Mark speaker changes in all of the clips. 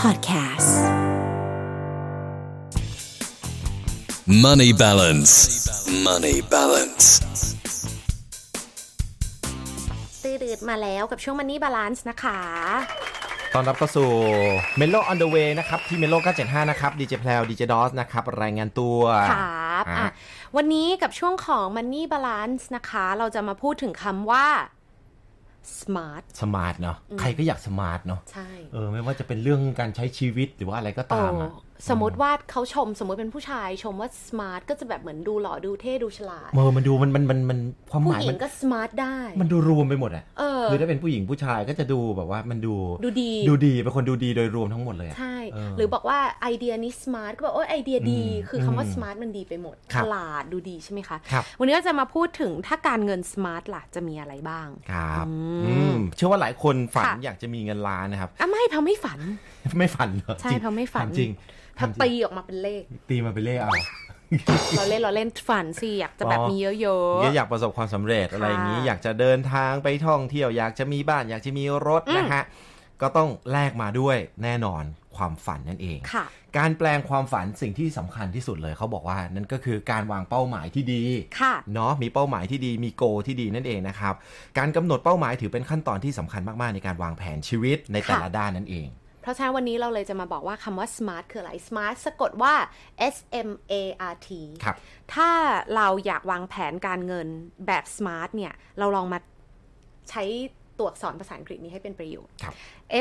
Speaker 1: Podcasts.
Speaker 2: Money balance. Money balance.
Speaker 3: ตื้อดืดมาแล้วกับช่วง Money Balance นะคะ
Speaker 4: ตอนรับเข้าสู่ Melo on the way นะครับ ที่ Melo 975 นะครับ DJ แพลว DJ DOS นะครับ รายงานตัว
Speaker 3: ครับ
Speaker 4: อ่ะ
Speaker 3: อ่ะวันนี้กับช่วงของ Money Balance นะคะ เราจะมาพูดถึงคำว่า smart
Speaker 4: สมาร์ทเนาะ ใครก็อยากสมาร์ทเนาะ
Speaker 3: ใช่
Speaker 4: เออ ไม่ว่าจะเป็นเรื่องการใช้ชีวิตหรือว่าอะไรก็
Speaker 3: โอ้
Speaker 4: ตามอะ
Speaker 3: สมมติว่าเขาชม สมมติเป็นผู้ชายชมว่า smart ก็จะแบบเหมือนดูหล่อดูเท่ดูฉลาด
Speaker 4: เมอมันดูมันมันมันมันความห
Speaker 3: ผู้
Speaker 4: มาย
Speaker 3: หญิ
Speaker 4: มั
Speaker 3: ง
Speaker 4: น
Speaker 3: ก็ smart ได้
Speaker 4: มันดูรวมไปหมดอะ
Speaker 3: เออ
Speaker 4: คือถ้าเป็นผู้หญิงผู้ชายก็จะดูแบบว่ามันดู
Speaker 3: ดูดี
Speaker 4: ดูดี เป็นคนดูดีโดยรวมทั้งหมดเลยอะ
Speaker 3: ใช่
Speaker 4: เออ
Speaker 3: หรือบอกว่าไอเดียนี้ smart ก็บอกโอ้ยไอเดียดี
Speaker 4: อืม
Speaker 3: คือคำว่า
Speaker 4: อืม
Speaker 3: smart มันดีไปหมด
Speaker 4: ค
Speaker 3: ฉ
Speaker 4: รับ
Speaker 3: ลาดดูดีใช่ไหมคะ
Speaker 4: ครับ
Speaker 3: วันนี้ก็จะมาพูดถึงถ้าการเงิน smart ล่ะจะมีอะไรบ้าง
Speaker 4: ครับ
Speaker 3: อืม
Speaker 4: อืมเชื่อว่าหลายคนฝัน
Speaker 3: ค่ะ
Speaker 4: อยากจะมีเงินล้านนะครับ
Speaker 3: อ่ะไม่เพราะไม่ฝัน
Speaker 4: ไม่ฝันเหรอ
Speaker 3: ใช่
Speaker 4: จริง
Speaker 3: เพราะไม่ฝัน
Speaker 4: ถจริง
Speaker 3: ถ้า
Speaker 4: ถามจริ
Speaker 3: ตี
Speaker 4: ง
Speaker 3: ออกมาเป็นเลข
Speaker 4: ตีมาเป็นเลขเอา
Speaker 3: เราเล่นเราเล่นฝันสิอยากจะแบบ
Speaker 4: อ๋อ
Speaker 3: มีเยอะๆ
Speaker 4: อยากประสบความสำเร็จ
Speaker 3: ค่ะ
Speaker 4: อะไรอย่างนี้ อยากจะเดินทางไปท่องเที่ยวอยากจะมีบ้าน อยากจะมีรถ
Speaker 3: อืม
Speaker 4: นะฮะก็ต้องแลกมาด้วยแน่นอนความฝันนั่นเอง
Speaker 3: ค่ะ
Speaker 4: การแปลงความฝันสิ่งที่สำคัญที่สุดเลยเขาบอกว่านั่นก็คือการวางเป้าหมายที่ดี
Speaker 3: ค่ะ
Speaker 4: เนาะมีเป้าหมายที่ดีมีโกที่ดีนั่นเองนะครับการกำหนดเป้าหมายถือเป็นขั้นตอนที่สำคัญมากๆในการวางแผนชีวิตในแต่ละ
Speaker 3: ค่ะ
Speaker 4: ด้านนั่นเอง
Speaker 3: เพราะฉะนั้นวันนี้เราเลยจะมาบอกว่าคำว่า smart คืออะไร smart สะกดว่า S M A R T
Speaker 4: ครับ
Speaker 3: ถ้าเราอยากวางแผนการเงินแบบ smart เนี่ย เราลองมาใช้ตัวอักษรภาษาอังกฤษนี้ให้เป็นประโยชน์
Speaker 4: ครับ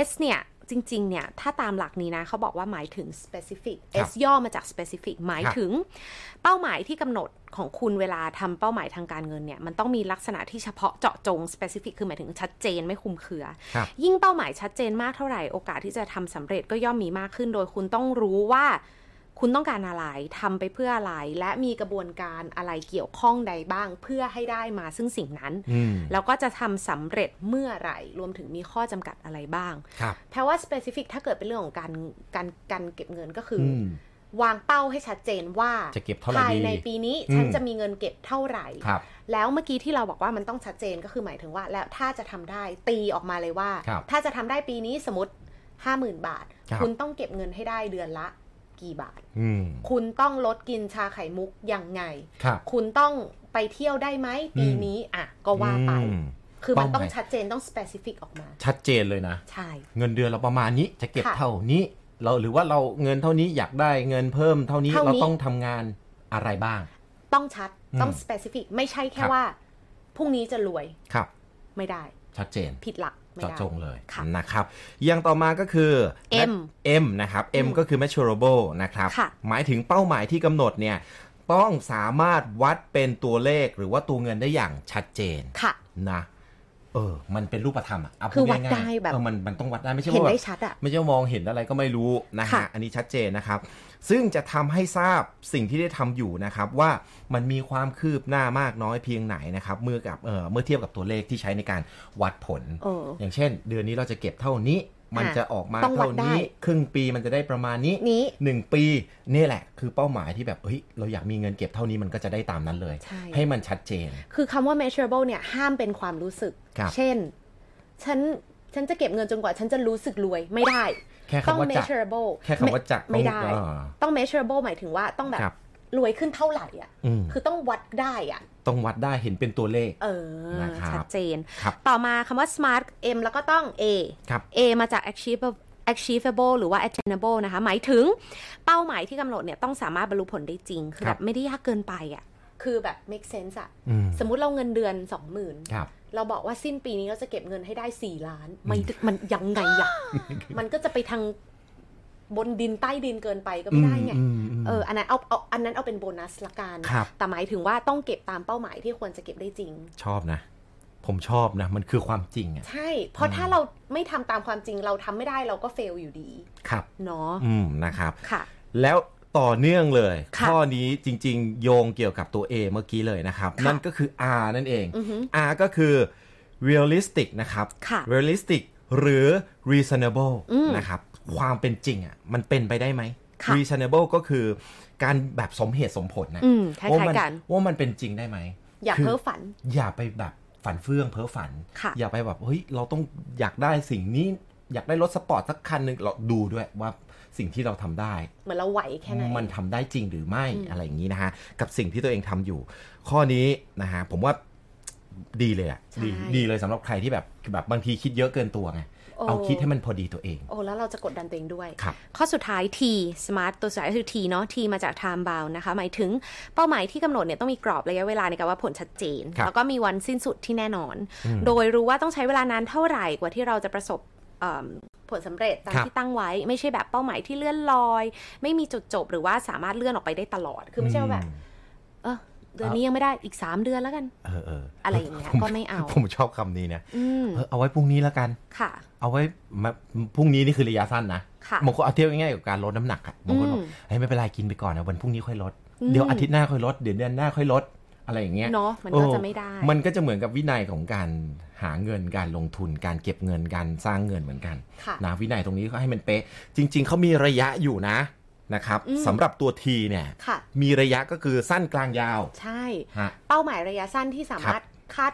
Speaker 3: S เนี่ยจริงๆ เนี่ย ถ้าตามหลักนี้นะเขาบอกว่าหมายถึง specific
Speaker 4: ครับ
Speaker 3: S ย่อมาจาก specific หมายถึง เป้าหมายที่กำหนดของคุณเวลาทำเป้าหมายทางการเงินเนี่ย มันต้องมีลักษณะที่เฉพาะเจาะจง specific คือหมายถึงชัดเจนไม่คลุมเครือ
Speaker 4: ครับ
Speaker 3: ยิ่งเป้าหมายชัดเจนมากเท่าไหร่โอกาสที่จะทำสำเร็จก็ย่อมมีมากขึ้น โดยคุณต้องรู้ว่า คุณต้องการอะไรทำไปเพื่ออะไร และมีกระบวนการอะไรเกี่ยวข้องใดบ้าง เพื่อให้ได้มาซึ่งสิ่งนั้น
Speaker 4: อืม
Speaker 3: แล้วก็จะทำสำเร็จเมื่อไหร่ รวมถึงมีข้อจำกัดอะไรบ้าง
Speaker 4: ครับ
Speaker 3: แปลว่า specific ถ้าเกิดเป็นเรื่องของการการการเก็บเงินก็คืออ
Speaker 4: อืม
Speaker 3: วางเป้าให้ชัดเจนว่า
Speaker 4: จะเก็บเท่าไหร่
Speaker 3: ภายใน
Speaker 4: ดี
Speaker 3: ปีนี้
Speaker 4: อืม
Speaker 3: ฉันจะมีเงินเก็บเท่าไหร่
Speaker 4: ครับ
Speaker 3: แล้วเมื่อกี้ที่เราบอกว่ามันต้องชัดเจนก็คือหมายถึงว่า แล้วถ้าจะทำได้ตีออกมาเลยว่า
Speaker 4: ครับ
Speaker 3: ถ้าจะทำได้ปีนี้สมมติ 50,000 บาท
Speaker 4: ครับ
Speaker 3: คุณต้องเก็บเงินให้ได้เดือนละกี่บาท
Speaker 4: อืม
Speaker 3: คุณต้องลดกินชาไข่มุกยังไง
Speaker 4: ครับ
Speaker 3: คุณต้องไปเที่ยวได้ไหมปีนี้อ่ะก็ว่าไป
Speaker 4: อืม
Speaker 3: คือมันต้อง
Speaker 4: เป้าหมาย
Speaker 3: ชัดเจนต้อง specific ออกมา
Speaker 4: ชัดเจนเลยนะ
Speaker 3: ใช่
Speaker 4: เงินเดือนเราประมาณนี้จะเก็บ
Speaker 3: ค่ะ
Speaker 4: เท่านี้ เราหรือว่าเราเงินเท่านี้อยากได้เงินเพิ่มเท่านี้
Speaker 3: เท่านี้
Speaker 4: เราต้องทำงานอะไรบ้าง
Speaker 3: ต้องชัด
Speaker 4: อืม
Speaker 3: ต้อง specific ไม่ใช่แค่
Speaker 4: ครับ
Speaker 3: ว่าพรุ่งนี้จะรวย
Speaker 4: ครับ
Speaker 3: ไม่ได้
Speaker 4: ชัดเจน
Speaker 3: ผิดหลักไม่
Speaker 4: เจาะ
Speaker 3: ได้
Speaker 4: จงเลย
Speaker 3: ค่ะ
Speaker 4: นะครับอย่างต่อมาก็คือ
Speaker 3: M
Speaker 4: M นะครับ M
Speaker 3: อืม
Speaker 4: ก็คือ measurable นะครับ
Speaker 3: ค่ะ
Speaker 4: หมายถึงเป้าหมายที่กำหนดเนี่ยต้องสามารถวัดเป็นตัวเลขหรือว่าตัวเงินได้อย่างชัดเจน
Speaker 3: ค่ะ
Speaker 4: นะเออ มันเป็นรูปธรรมอ่ะเาพู
Speaker 3: คือวัด
Speaker 4: ง่ายๆ
Speaker 3: ได้แบบ
Speaker 4: เออมันมันต้องวัดได้ไม่ใช่
Speaker 3: เห็น
Speaker 4: ว่าแบบ
Speaker 3: ได้ชัดอ่ะ
Speaker 4: ไม่ใช่ว่ามองเห็นอะไรก็ไม่รู้นะ
Speaker 3: ค่ะ
Speaker 4: ฮะ อันนี้ชัดเจนนะครับ ซึ่งจะทำให้ทราบสิ่งที่ได้ทำอยู่นะครับว่ามันมีความคืบหน้ามากน้อยเพียงไหนนะครับเมื่อกับเอ่อเมื่อเทียบกับตัวเลขที่ใช้ในการวัดผล
Speaker 3: เออ
Speaker 4: อย่างเช่น เดือนนี้เราจะเก็บเท่านี้ มัน
Speaker 3: อ่ะ
Speaker 4: จะออกมา
Speaker 3: ต้องวัด
Speaker 4: เท่า
Speaker 3: ได้
Speaker 4: นี้ ครึ่งปีมันจะได้ประมาณนี้
Speaker 3: นี้
Speaker 4: 1 ปีนี่แหละ คือเป้าหมายที่แบบเฮ้ยเราอยากมีเงินเก็บเท่านี้มันก็จะได้ตามนั้นเลย
Speaker 3: ใช่
Speaker 4: ให้มันชัดเจน
Speaker 3: คือคำว่า measurable เนี่ย ห้ามเป็นความรู้สึก
Speaker 4: ครับ
Speaker 3: เช่น ฉัน ฉันจะเก็บเงินจนกว่า ฉันจะรู้สึกรวยไม่ได้
Speaker 4: แค่คำ
Speaker 3: ต้อง
Speaker 4: ว่าจะ
Speaker 3: measurable
Speaker 4: แค่คำว่าจะ
Speaker 3: ไม่ได้
Speaker 4: ต้องอ่า
Speaker 3: ต้อง measurable หมายถึงว่าต้องแบบ
Speaker 4: ครับ
Speaker 3: รวยขึ้นเท่าไหร่อ่ะ
Speaker 4: อืม
Speaker 3: คือต้องวัดได้อ่ะ
Speaker 4: ต้องวัดได้เห็นเป็นตัวเลข
Speaker 3: เออ
Speaker 4: นะครับ
Speaker 3: ชัดเจน
Speaker 4: ครับ
Speaker 3: ต่อมาคำว่า smart M แล้วก็ต้อง A
Speaker 4: ครับ
Speaker 3: A มาจาก achievable achievable หรือว่า attainable นะคะ หมายถึงเป้าหมายที่กำหนดเนี่ยต้องสามารถบรรลุผลได้จริง คือ
Speaker 4: ค
Speaker 3: แบ
Speaker 4: รั
Speaker 3: บบ ไม่ได้ยากเกินไปอะ่ะ คือแบบ make sense อะ่ะ
Speaker 4: อืม
Speaker 3: สมมุติเราเงินเดือน 20,000
Speaker 4: ครับ
Speaker 3: เราบอกว่าสิ้นปีนี้เราจะเก็บเงินให้ได้ 4 ล้าน มันมันยังไง อะ่ะ มันก็จะไปทางบนดินใต้ดินเกินไปก็ไม่ได้ไง
Speaker 4: อืมมม
Speaker 3: เออ อันนั้นเอาเอาอันนั้นเอาเป็นโบนัสละกัน
Speaker 4: ครับ
Speaker 3: แต่หมายถึงว่าต้องเก็บตามเป้าหมายที่ควรจะเก็บได้จริง
Speaker 4: ชอบนะ ผมชอบนะ มันคือความจริงอะ่ะ
Speaker 3: ใช่ เพราะถ้าเราไม่ทำตามความจริงเราทำไม่ได้เราก็เฟลอยู่ดี
Speaker 4: ครับ
Speaker 3: เนาะ
Speaker 4: อืมนะครับ
Speaker 3: ค่ะ
Speaker 4: แล้วต่อเนื่องเลย
Speaker 3: ค่ะ
Speaker 4: ข้อนี้จริง ๆ โยงเกี่ยวกับตัว A เมื่อกี้เลยนะครับ
Speaker 3: ค่ะ
Speaker 4: นั่นก็คือ R นั่นเอง
Speaker 3: อือฮึ
Speaker 4: R ก็คือ realistic นะครับ
Speaker 3: ค่ะ
Speaker 4: realistic หรือ reasonable
Speaker 3: อืม
Speaker 4: นะครับ ความเป็นจริงอะ่ะ มันเป็นไปได้ไหม
Speaker 3: ค่ะ
Speaker 4: reasonable ก็คือการแบบสมเหตุสมผลนะ
Speaker 3: อืมคล้า
Speaker 4: ว่าย มั
Speaker 3: ๆกัน
Speaker 4: ว่ามันเป็นจริงได้ไหม
Speaker 3: อย่า
Speaker 4: คือ
Speaker 3: เพ้อฝัน
Speaker 4: อย่าไปแบบฝันเฟื่องเพ้อฝัน
Speaker 3: ค่ะ
Speaker 4: อย่าไปแบบเฮ้ยเราต้องอยากได้สิ่งนี้ อยากได้รถสปอร์ตสักคันหนึ่งเราดูด้วยว่าสิ่งที่เราทำได้
Speaker 3: เหมือนเราไหวแค่ไหน
Speaker 4: มันทำได้จริงหรือไม่
Speaker 3: อืม
Speaker 4: อะไรอย่างนี้นะฮะ กับสิ่งที่ตัวเองทำอยู่ ข้อนี้นะฮะผมว่าดีเลยอ่ะดีดีเลยสำหรับใครที่แบบแบบบางทีคิดเยอะเกินตัวไง
Speaker 3: โ
Speaker 4: เอาคิดให้มันพอดีตัวเอง
Speaker 3: โอ้แล้วเราจะกดดันตัวเองด้วย
Speaker 4: ครับ
Speaker 3: ข้อสุดท้าย T smart ตัวสุดท้ายก็คือ T เนาะ T มาจาก time bound นะคะ หมายถึงเป้าหมายที่กำหนดเนี่ยต้องมีกรอบระยะเวลาในการว่าผลชัดเจน
Speaker 4: ครับ
Speaker 3: แล้วก็มีวันสิ้นสุดที่แน่นอน
Speaker 4: อืม
Speaker 3: โดยรู้ว่าต้องใช้เวลานานเท่าไหร่กว่าที่เราจะประสบเอิ่มผลสำเร็จตาม
Speaker 4: ครับ
Speaker 3: ที่ตั้งไว้ ไม่ใช่แบบเป้าหมายที่เลื่อนลอย ไม่มีจุดจบหรือว่าสามารถเลื่อนออกไปได้ตลอด คือไม่ใช่ว่าแบบ เออเดือนนี้ยังไม่ได้อีก 3 เดือนแล้วกัน
Speaker 4: เออเออ
Speaker 3: อะ
Speaker 4: อะไร
Speaker 3: อย่างเงี้ยก็ไม่เอา
Speaker 4: ผมชอบคำนี้นะ
Speaker 3: อืม
Speaker 4: เออเอาไว้พรุ่งนี้แล้วกัน
Speaker 3: ค่ะ
Speaker 4: เอาไว้มาพรุ่งนี้นี่คือระยะสั้นนะ
Speaker 3: ค่ะ
Speaker 4: บางคนเอาเที่ยวง่ายๆกับการลดน้ำหนักอะบางคนบอ
Speaker 3: อื
Speaker 4: ก
Speaker 3: ม
Speaker 4: เฮ้ยไม่เป็นไรกินไปก่อนนะวันพรุ่งนี้ค่อยลด
Speaker 3: อืม
Speaker 4: เดี๋ยวอาทิตย์หน้าค่อยลดเดี๋ยวเดือนหน้าค่อยลดอะไรอย่างเงี้ย
Speaker 3: เนาะมัน
Speaker 4: โอ้
Speaker 3: ก็จะไม่ได้
Speaker 4: มันก็จะเหมือนกับวินัยของการหาเงินการลงทุน การเก็บเงินการสร้างเงินเหมือนกัน
Speaker 3: ค่ะ
Speaker 4: นะวินัยตรงนี้ก็ให้มันเป๊ะ จริง ๆเขามีระยะอยู่นะนะครับ
Speaker 3: อืม
Speaker 4: สำหรับตัวทีเนี่ย
Speaker 3: ค่ะ
Speaker 4: มีระยะก็คือสั้นกลางยาว
Speaker 3: ใช่
Speaker 4: ฮะ
Speaker 3: เป้าหมายระยะสั้นที่สามารถคาด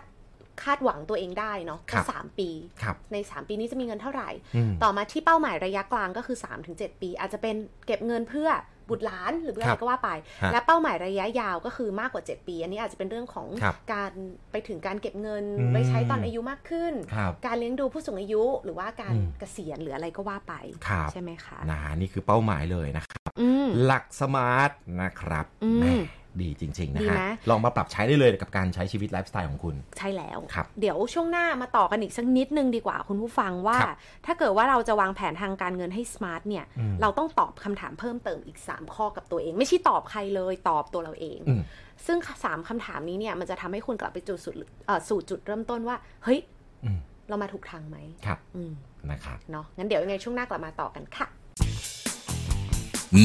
Speaker 3: คาดหวังตัวเองได้เนาะ
Speaker 4: ครั
Speaker 3: ก็
Speaker 4: บ
Speaker 3: สามปี
Speaker 4: ครับ
Speaker 3: ใน 3 ปีนี้จะมีเงินเท่าไหร่
Speaker 4: อืม
Speaker 3: ต่อมาที่เป้าหมายระยะกลางก็คือ 3-7 ปี อาจจะเป็นเก็บเงินเพื่อบุตรหลานหรือเพื่อ
Speaker 4: ค
Speaker 3: อะ
Speaker 4: รั
Speaker 3: ไร
Speaker 4: บ
Speaker 3: ก็ว่าไป
Speaker 4: ฮะ
Speaker 3: และเป้าหมายระยะยาวก็คือมากกว่า 7 ปี อันนี้อาจจะเป็นเรื่องของ
Speaker 4: ครับ
Speaker 3: การไปถึงการเก็บเงิน
Speaker 4: อืม
Speaker 3: ไว้ใช้ตอนอายุมากขึ้น
Speaker 4: ครับ
Speaker 3: การเลี้ยงดูผู้สูงอายุหรือว่าการ
Speaker 4: อืม
Speaker 3: เกษียณหรืออะไรก็ว่าไป
Speaker 4: ครับ
Speaker 3: ใช่ไหมคะ
Speaker 4: นะนี่คือเป้าหมายเลยนะครับ
Speaker 3: อืม
Speaker 4: หลักสมาร์ทนะครับ
Speaker 3: อืม
Speaker 4: แหม่ดีจริง ๆ นะ
Speaker 3: ดี
Speaker 4: ฮะ
Speaker 3: ไหม
Speaker 4: ลองมาปรับใช้ได้เลยกับการใช้ชีวิตไลฟ์สไตล์ของคุณ
Speaker 3: ใช่แล้ว
Speaker 4: ครับ
Speaker 3: เดี๋ยวช่วงหน้ามาต่อกันอีกสักนิดนึงดีกว่าคุณผู้ฟังว่า
Speaker 4: ครับ
Speaker 3: ถ้าเกิดว่าเราจะวางแผนทางการเงินให้สมาร์ทเนี่ย
Speaker 4: อืม
Speaker 3: เราต้องตอบคำถามเพิ่มเติมอีก 3 ข้อกับตัวเอง ไม่ใช่ตอบใครเลยตอบตัวเราเอง
Speaker 4: อืม
Speaker 3: ซึ่ง 3คำถามนี้เนี่ยมันจะทำให้คุณกลับไปจุดสุดเอ่อสู่จุดเริ่มต้นว่า เฮ้ย
Speaker 4: อืม
Speaker 3: เรามาถูกทางไหม
Speaker 4: ครับ
Speaker 3: อืม
Speaker 4: นะครับ
Speaker 3: เนาะงั้นเดี๋ยวยังไงช่วงหน้ากลับมาต่อกันค่ะ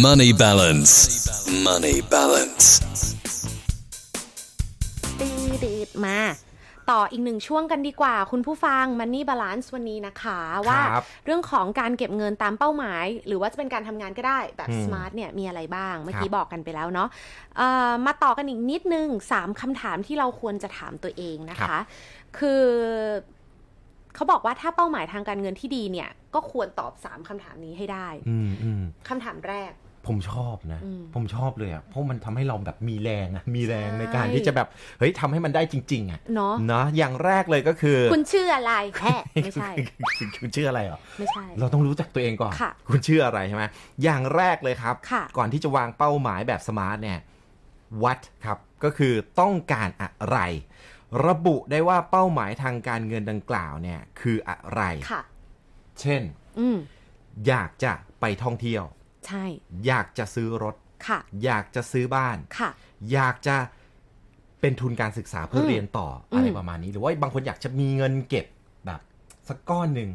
Speaker 2: Money balance. Money balance.
Speaker 3: ตืดๆมา ต่ออีกหนึ่งช่วงกันดีกว่า คุณผู้ฟัง Money Balance วันนี้นะคะ ว่า
Speaker 4: ครับ
Speaker 3: เรื่องของการเก็บเงินตามเป้าหมาย หรือว่าจะเป็นการทำงานก็ได้แบบ
Speaker 4: อืม
Speaker 3: สมาร์ทเนี่ยมีอะไรบ้าง เมื่อ
Speaker 4: ครับ
Speaker 3: กี้บอกกันไปแล้วเนาะเอ่อมาต่อกันอีกนิดนึง 3คำถามที่เราควรจะถามตัวเองนะคะ คือเขาบอกว่าถ้าเป้าหมายทางการเงินที่ดีเนี่ย ก็ควรตอบ 3คำถามนี้ให้ได้
Speaker 4: อืมอืม
Speaker 3: คำถามแรก
Speaker 4: ผมชอบนะ
Speaker 3: อืม
Speaker 4: ผมชอบเลยอ่ะ เพราะมันทำให้เราแบบมีแรงอะมีแรง
Speaker 3: ใช่
Speaker 4: ในการที่จะแบบ เฮ้ยทำให้มันได้จริง ๆ อ่ะ
Speaker 3: เนาะ
Speaker 4: เนอะอย่างแรกเลยก็คือ
Speaker 3: คุณชื่ออะไรแค่ไม่ ใช่
Speaker 4: คุณคุณชื่ออะไรเหรอ
Speaker 3: ไม่ใช่
Speaker 4: เราต้องรู้จักตัวเองก่อน
Speaker 3: ค่ะ
Speaker 4: คุณชื่ออะไรใช่ไหมอย่างแรกเลยครับ
Speaker 3: ค่ะ
Speaker 4: ก่อนที่จะวางเป้าหมายแบบสมาร์ทเนี่ย วัดครับ ก็คือต้องการอะไร ระบุได้ว่าเป้าหมายทางการเงินดังกล่าวเนี่ยคืออะไร
Speaker 3: ค่ะ
Speaker 4: เช่น
Speaker 3: อืม
Speaker 4: อยากจะไปท่องเที่ยว
Speaker 3: ใช่
Speaker 4: อยากจะซื้อรถ
Speaker 3: ค่ะ
Speaker 4: อยากจะซื้อบ้าน
Speaker 3: ค่ะ
Speaker 4: อยากจะเป็นทุนการศึกษาเพื่ออ
Speaker 3: ม
Speaker 4: เรียนต่ออะไร
Speaker 3: อืม
Speaker 4: ประมาณนี้ หรือว่าบางคนอยากจะมีเงินเก็บแบบสักก้อนหนึ่ง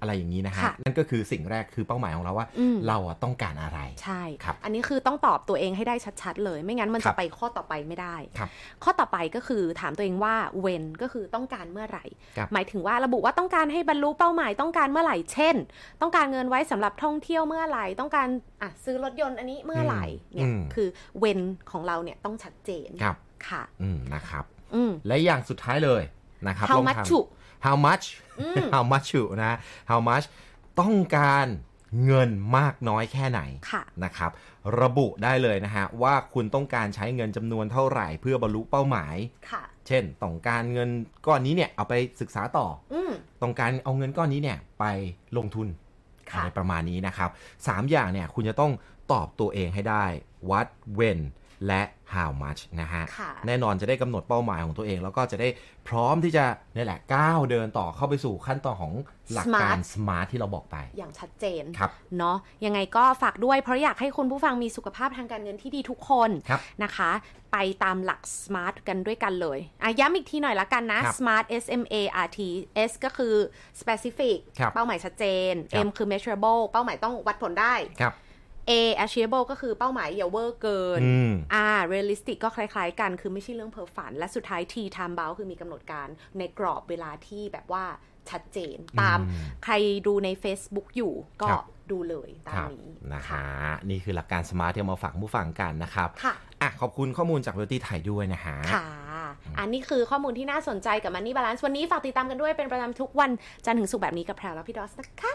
Speaker 4: อะไรอย่างนี้นะฮะ
Speaker 3: ค่ะ
Speaker 4: นั่นก็คือสิ่งแรกคือเป้าหมายของเราว่า
Speaker 3: อืม
Speaker 4: เราอะต้องการอะไร
Speaker 3: ใช่
Speaker 4: ครับ
Speaker 3: อันนี้คือต้องตอบตัวเองให้ได้ชัดๆ เลย ไม่งั้นมัน
Speaker 4: ครั
Speaker 3: จะ
Speaker 4: บ
Speaker 3: ไปข้อต่อไปไม่ได้
Speaker 4: ครับ
Speaker 3: ข้อต่อไปก็คือถามตัวเองว่า when ก็คือต้องการเมื่อไหร่
Speaker 4: ครับ
Speaker 3: หมายถึงว่าระบุว่าต้องการให้บรรลุเป้าหมายต้องการเมื่อไหร่ เช่น ต้องการเงินไว้สำหรับท่องเที่ยวเมื่อไหร่ ต้องการอ่ะซื้อรถยนต์อันนี้เมื่อไหร่
Speaker 4: อืม
Speaker 3: เนี่ย
Speaker 4: อืม
Speaker 3: คือ when ของเราเนี่ยต้องชัดเจน
Speaker 4: ครับ
Speaker 3: ค่ะ
Speaker 4: อืมนะครับ
Speaker 3: อืม
Speaker 4: และอย่างสุดท้ายเลยนะครับ
Speaker 3: how
Speaker 4: ลอง
Speaker 3: much
Speaker 4: ถาม
Speaker 3: to
Speaker 4: how much
Speaker 3: อืม
Speaker 4: how much you นะ how much ต้องการเงินมากน้อยแค่ไหน
Speaker 3: ค่ะ
Speaker 4: นะครับ ระบุได้เลยนะฮะ ว่าคุณต้องการใช้เงินจำนวนเท่าไหร่ เพื่อบรรลุเป้าหมาย
Speaker 3: ค่ะ
Speaker 4: เช่น ต้องการเงินก้อนนี้เนี่ยเอาไปศึกษาต่อ
Speaker 3: อืม
Speaker 4: ต้องการเอาเงินก้อนนี้เนี่ยไปลงทุนอะ
Speaker 3: ค่ะ
Speaker 4: ไรประมาณนี้นะครับ 3 อย่างเนี่ยคุณจะต้องตอบตัวเองให้ได้ what when และ how much นะฮะ
Speaker 3: ค่ะ
Speaker 4: แน่นอนจะได้กำหนดเป้าหมายของตัวเอง แล้วก็จะได้พร้อมที่จะนี่แหละก้าวเดินต่อเข้าไปสู่ขั้นตอนของหลักการ smart ที่เราบอกไป
Speaker 3: อย่างชัดเจน
Speaker 4: ครับ
Speaker 3: เนาะยังไงก็ฝากด้วยเพราะอยากให้คุณผู้ฟังมีสุขภาพทางการเงินที่ดีทุกคน
Speaker 4: ครับ
Speaker 3: นะคะ ไปตามหลัก smart กันด้วยกันเลยอ่ะย้ำอีกทีหน่อยละกันนะ
Speaker 4: ครับ
Speaker 3: smart S M A R T S ก็คือ specific
Speaker 4: ครับ
Speaker 3: เป้าหมายชัดเจน
Speaker 4: ครับ
Speaker 3: M คือ measurable เป้าหมายต้องวัดผลได้
Speaker 4: ครับ
Speaker 3: A achievable ก็คือเป้าหมายอย่าเวอร์เกิน
Speaker 4: อืม
Speaker 3: R realistic ก็คล้ายๆกัน คือไม่ใช่เรื่องเพ้อฝัน และสุดท้าย T time bound คือมีกำหนดการในกรอบเวลาที่แบบว่าชัดเจนตาม
Speaker 4: อืม
Speaker 3: ใครดูใน Facebook อยู่ก็
Speaker 4: ครับ
Speaker 3: ดูเลยตาม
Speaker 4: ครับ
Speaker 3: นี้
Speaker 4: นะฮะนี่คือหลักการ smart ที่เอามาฝากผู้ฟังกันนะครับ
Speaker 3: ค่ะ
Speaker 4: อ่ะขอบคุณข้อมูลจาก Beauty ไทยด้วยนะฮะ
Speaker 3: ค่ะ อันนี้คือข้อมูลที่น่าสนใจกับ Money Balance วันนี้ฝากติดตามกันด้วยเป็นประจำทุกวัน จันทร์ถึงศุกร์แบบนี้กับแพรวและพี่ดอสนะคะ